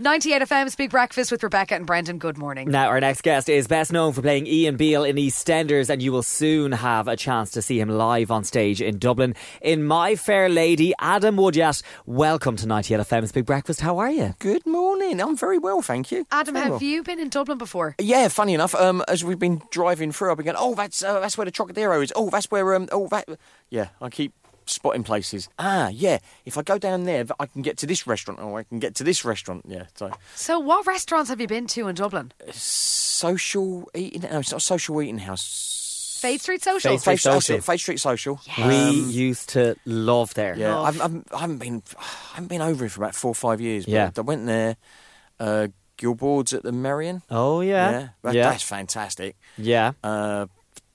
98 FM's Big Breakfast with Rebecca and Brendan. Good morning. Now, our next guest is best known for playing Ian Beale in EastEnders, and you will soon have a chance to see him live on stage in Dublin. In My Fair Lady, Adam Woodyat, welcome to 98 FM's Big Breakfast. How are you? Good morning. I'm very well, thank you. Adam, Very have well. you been in Dublin before? Yeah, funny enough, um, as we've been driving through, I've been going, oh, that's uh, that's where the Trocadero is. Oh, that's where um, oh that. Yeah, I keep spotting places. Ah, yeah. If I go down there, I can get to this restaurant, or I can get to this restaurant. Yeah. So So, what restaurants have you been to in Dublin? social eating. No, it's not social eating house. Fade Street Social. Fade Street Faith- that's Social. it, Faith Street Social. Um, we used to love there. Yeah, I've, I've, I haven't been I haven't been over it for about four or five years. But Yeah. I went there. Uh, Gilboard's at the Merion. Oh, yeah. that- yeah. that's fantastic. yeah. uh,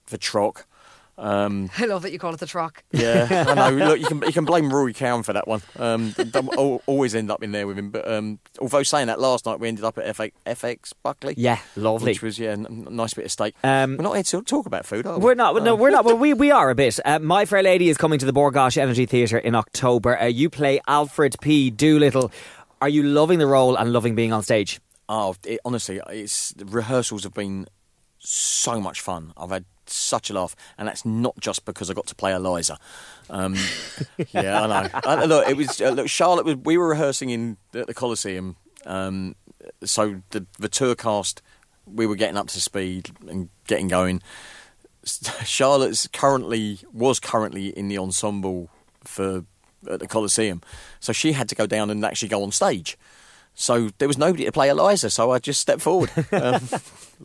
the truck. Um, I love that you call it the Troc. yeah, I know. Look, you can you can blame Rory Cowan for that one. Um, they'll al- always end up in there with him. But um, although saying that, last night we ended up at FX, FX Buckley. Yeah, lovely. Which was yeah, n- n- nice bit of steak. Um, we're not here to talk about food, are we? We're not. No, we're not. Well, we we are a bit. Uh, My Fair Lady is coming to the Borgosh Energy Theatre in October. Uh, you play Alfred P. Doolittle. Are you loving the role and loving being on stage? Oh, it, honestly, it's the rehearsals have been so much fun. I've had such a laugh, and that's not just because I got to play Eliza. Um, yeah, I know. I, look, it was uh, look, Charlotte. Was, we were rehearsing in at the Coliseum, um, so the the tour cast we were getting up to speed and getting going. Charlotte's currently was currently in the ensemble for at the Coliseum, so she had to go down and actually go on stage. So there was nobody to play Eliza, so I just stepped forward, um,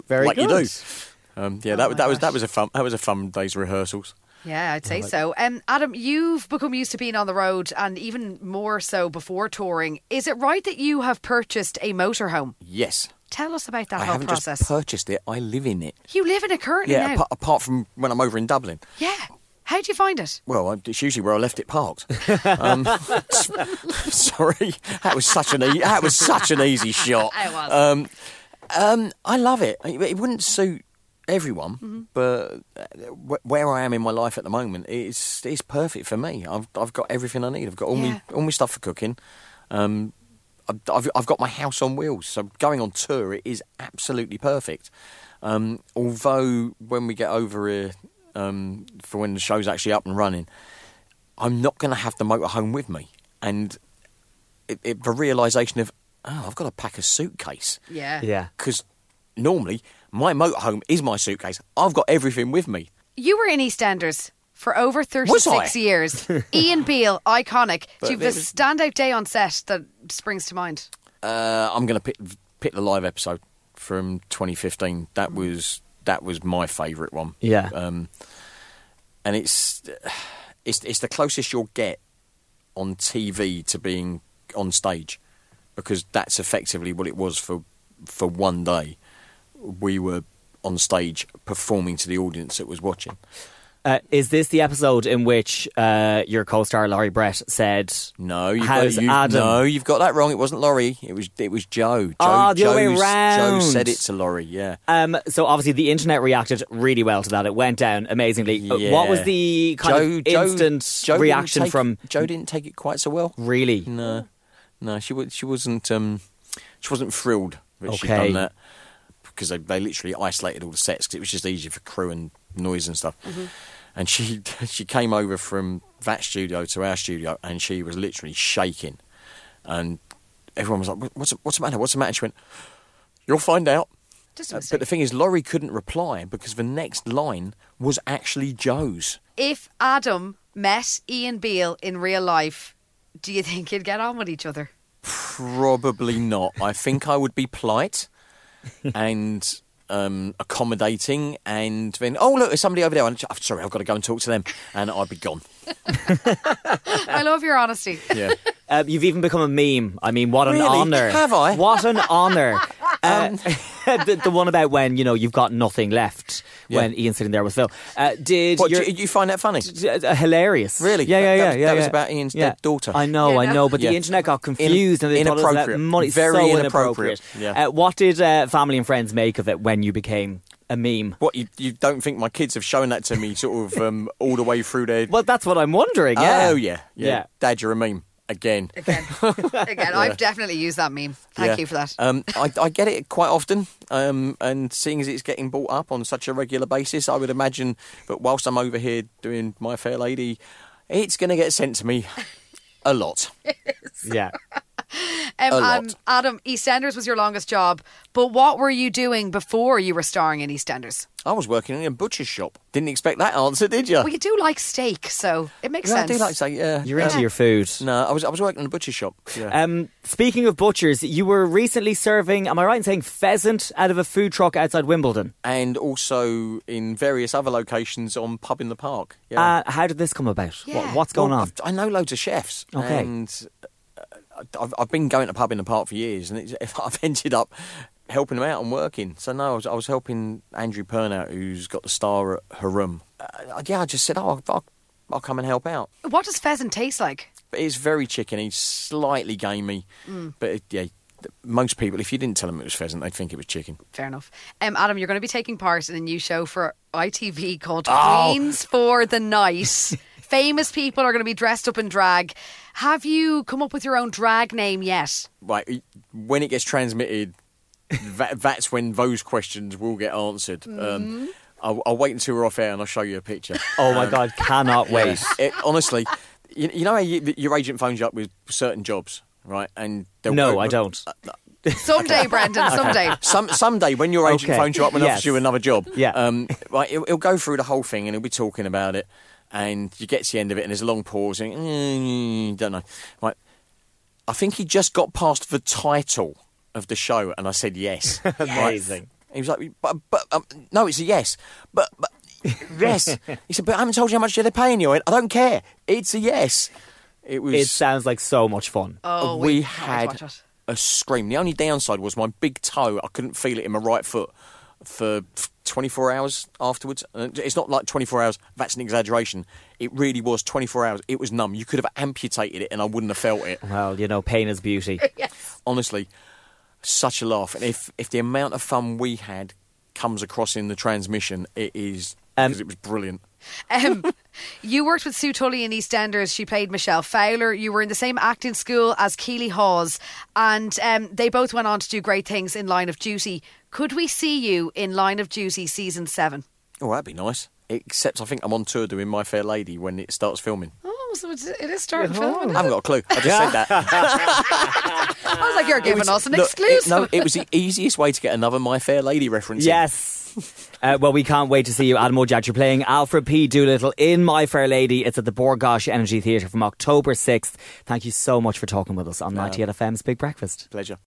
Very like you good. do. Um, yeah, that, that was that was a fun that was a fun day's rehearsals. Yeah, I'd say so. Um, Adam, you've become used to being on the road and even more so before touring. Is it right that you have purchased a motorhome? Yes, Tell us about that I whole haven't process. just purchased it; I live in it. you live in it currently Yeah, now. apa- apart from when I'm over in Dublin. yeah. How do you find it? Well, I- it's usually where I left it parked. Um, sorry, that was such an e- that was such an easy shot. It was. Um, um, I love it. It it wouldn't suit everyone, but uh, wh- where I am in my life at the moment, it's it's perfect for me. I've I've got everything I need. I've got all Yeah. my all my stuff for cooking. Um, I've, I've I've got my house on wheels. So going on tour, it is absolutely perfect. Um, although when we get over here, um, for when the show's actually up and running, I'm not going to have the motorhome with me, and it, it, the realization of oh, I've got to pack a suitcase Yeah. Yeah. because normally my motorhome is my suitcase. I've got everything with me. You were in EastEnders for over Was I? 36 years. Ian Beale, iconic. But Do you have there a was- standout day on set that springs to mind? Uh, I'm going to pick pick the live episode from 2015. That was that was my favourite one. Yeah. um, and it's it's it's the closest you'll get on TV to being on stage because that's effectively what it was for for one day. We were on stage performing to the audience that was watching. Uh, is this the episode in which uh, your co-star Laurie Brett said, No, you've "Has got, you, Adam?" No, you've got that wrong. It wasn't Laurie. It was it was Joe. Joe Ah, the other way Joe's- round. Joe said it to Laurie. Yeah. Um, so obviously the internet reacted really well to that. It went down amazingly. Uh, Yeah. What was the kind Joe- of Joe- instant Joe didn't reaction take- from? Joe didn't take it quite so well. Really? No, uh, no, she was she wasn't um she wasn't thrilled that she'd Okay. done that because they they literally isolated all the sets because it was just easier for crew and noise and stuff. And she she came over from that studio to our studio and she was literally shaking, and everyone was like, "What- "What's what's the matter? What's the matter?" She went, "You'll find out." Just a Uh, mistake. but the thing is, Laurie couldn't reply because the next line was actually Joe's. if Adam met Ian Beale in real life, do you think you'd get on with each other? Probably not. I think I would be polite and um, accommodating, and then oh look, there's somebody over there. I'm oh, sorry, I've got to go and talk to them, and I'd be gone. I love your honesty. Yeah, Uh, you've even become a meme. I mean, what an Really? honor! Have I? What an honor! Um, Uh, the, the one about when you know you've got nothing left Yeah. when Ian's sitting there with Phil. Uh, did what, your, do you, you find that funny? uh, hilarious? Really? Yeah, yeah, That- that yeah. was- yeah, that was yeah. about Ian's Yeah. dead daughter. I know, Yeah, I no. know, but Yeah. the internet got confused and they thought it was about Inappropriate. money. It's Very so inappropriate. inappropriate. Yeah. Uh, what did uh, family and friends make of it when you became a meme? What you, you don't think my kids have shown that to me, sort of um, all the way through their? Well, that's what I'm wondering. Yeah. Oh yeah, yeah, Yeah. Dad, you're a meme. again. Again, again, I've definitely used that meme. Thank Yeah. you for that. Um, I, I get it quite often, um, and seeing as it's getting brought up on such a regular basis, I would imagine. But whilst I'm over here doing My Fair Lady, it's going to get sent to me a lot. Yeah. Um, a lot. um, Adam, EastEnders was your longest job, but what were you doing before you were starring in EastEnders? I was working in a butcher's shop. Didn't expect that answer, did you? Well, you do like steak, so it makes Uh, yeah, I sense. do like to say, yeah. uh, You're into your food. No, I was I was working in a butcher's shop. Yeah. Um, speaking of butchers, you were recently serving, am I right in saying, pheasant out of a food truck outside Wimbledon. and also in various other locations on Pub in the Park. Yeah. Uh, how did this come about? Yeah. What, what's going Well, on? I've- I know loads of chefs. Okay. And uh, I've, I've been going to pub in the park for years, and it's, I've ended up helping them out and working. So no, I was, I was helping Andrew Pernout, who's got the star at her room. Uh, yeah, I just said, oh, I'll, I'll come and help out. What does pheasant taste like? But it's very chickeny, slightly gamey. Mm. But it, yeah, th- most people, if you didn't tell them it was pheasant, they'd think it was chicken. Fair enough. Um, Adam, you're going to be taking part in a new show for ITV called Oh. Queens for the Night. Famous people are going to be dressed up in drag. Have you come up with your own drag name yet? Right, it- when it gets transmitted, that, that's when those questions will get answered. Mm-hmm. Um, I'll, I'll wait until we're off air and I'll show you a picture. oh my God, cannot wait. It- honestly, you, you know how you, that your agent phones you up with certain jobs, right? And they'll- No, I don't. uh, Someday, Brendan, someday. Some someday when your agent Okay. phones you up and Yes. offers you another job, Yeah. um, right, he'll, he'll go through the whole thing and he'll be talking about it, and you get to the end of it and there's a long pause and mm, don't know, right? I think he just got past the title of the show, and I said yes. Right? Amazing. He was like, but, but um, no, it's a yes, but. but yes, he said, but I haven't told you how much they're paying you. I went, "I don't care. It's a yes. It was. It sounds like so much fun. Oh, we wait, can't wait to watch had it. a scream. The only downside was my big toe. I couldn't feel it in my right foot for 24 hours afterwards. And It's not like 24 hours. That's an exaggeration. It really was 24 hours. It was numb. You could have amputated it, and I wouldn't have felt it. Well, you know, pain is beauty. Honestly, such a laugh. And if if the amount of fun we had comes across in the transmission, it is because it was brilliant. Um, you worked with Sue Tully in EastEnders. She played Michelle Fowler. You were in the same acting school as Keely Hawes, and um, they both went on to do great things in Line of Duty. Could we see you in Line of Duty season seven? Oh, that'd be nice. Except I think I'm on tour doing My Fair Lady when it starts filming. Oh, so it's- it is starting filming. I haven't got a clue. I just said that. I was like, you're giving us an Look, exclusive. It, no, it was the easiest way to get another My Fair Lady reference. in. Yes. Uh, well, we can't wait to see you, Adam O'Jad. You're playing Alfred P. Doolittle in My Fair Lady. It's at the Borgosh Energy Theatre from October 6th. Thank you so much for talking with us on 98FM's Big Breakfast. Pleasure.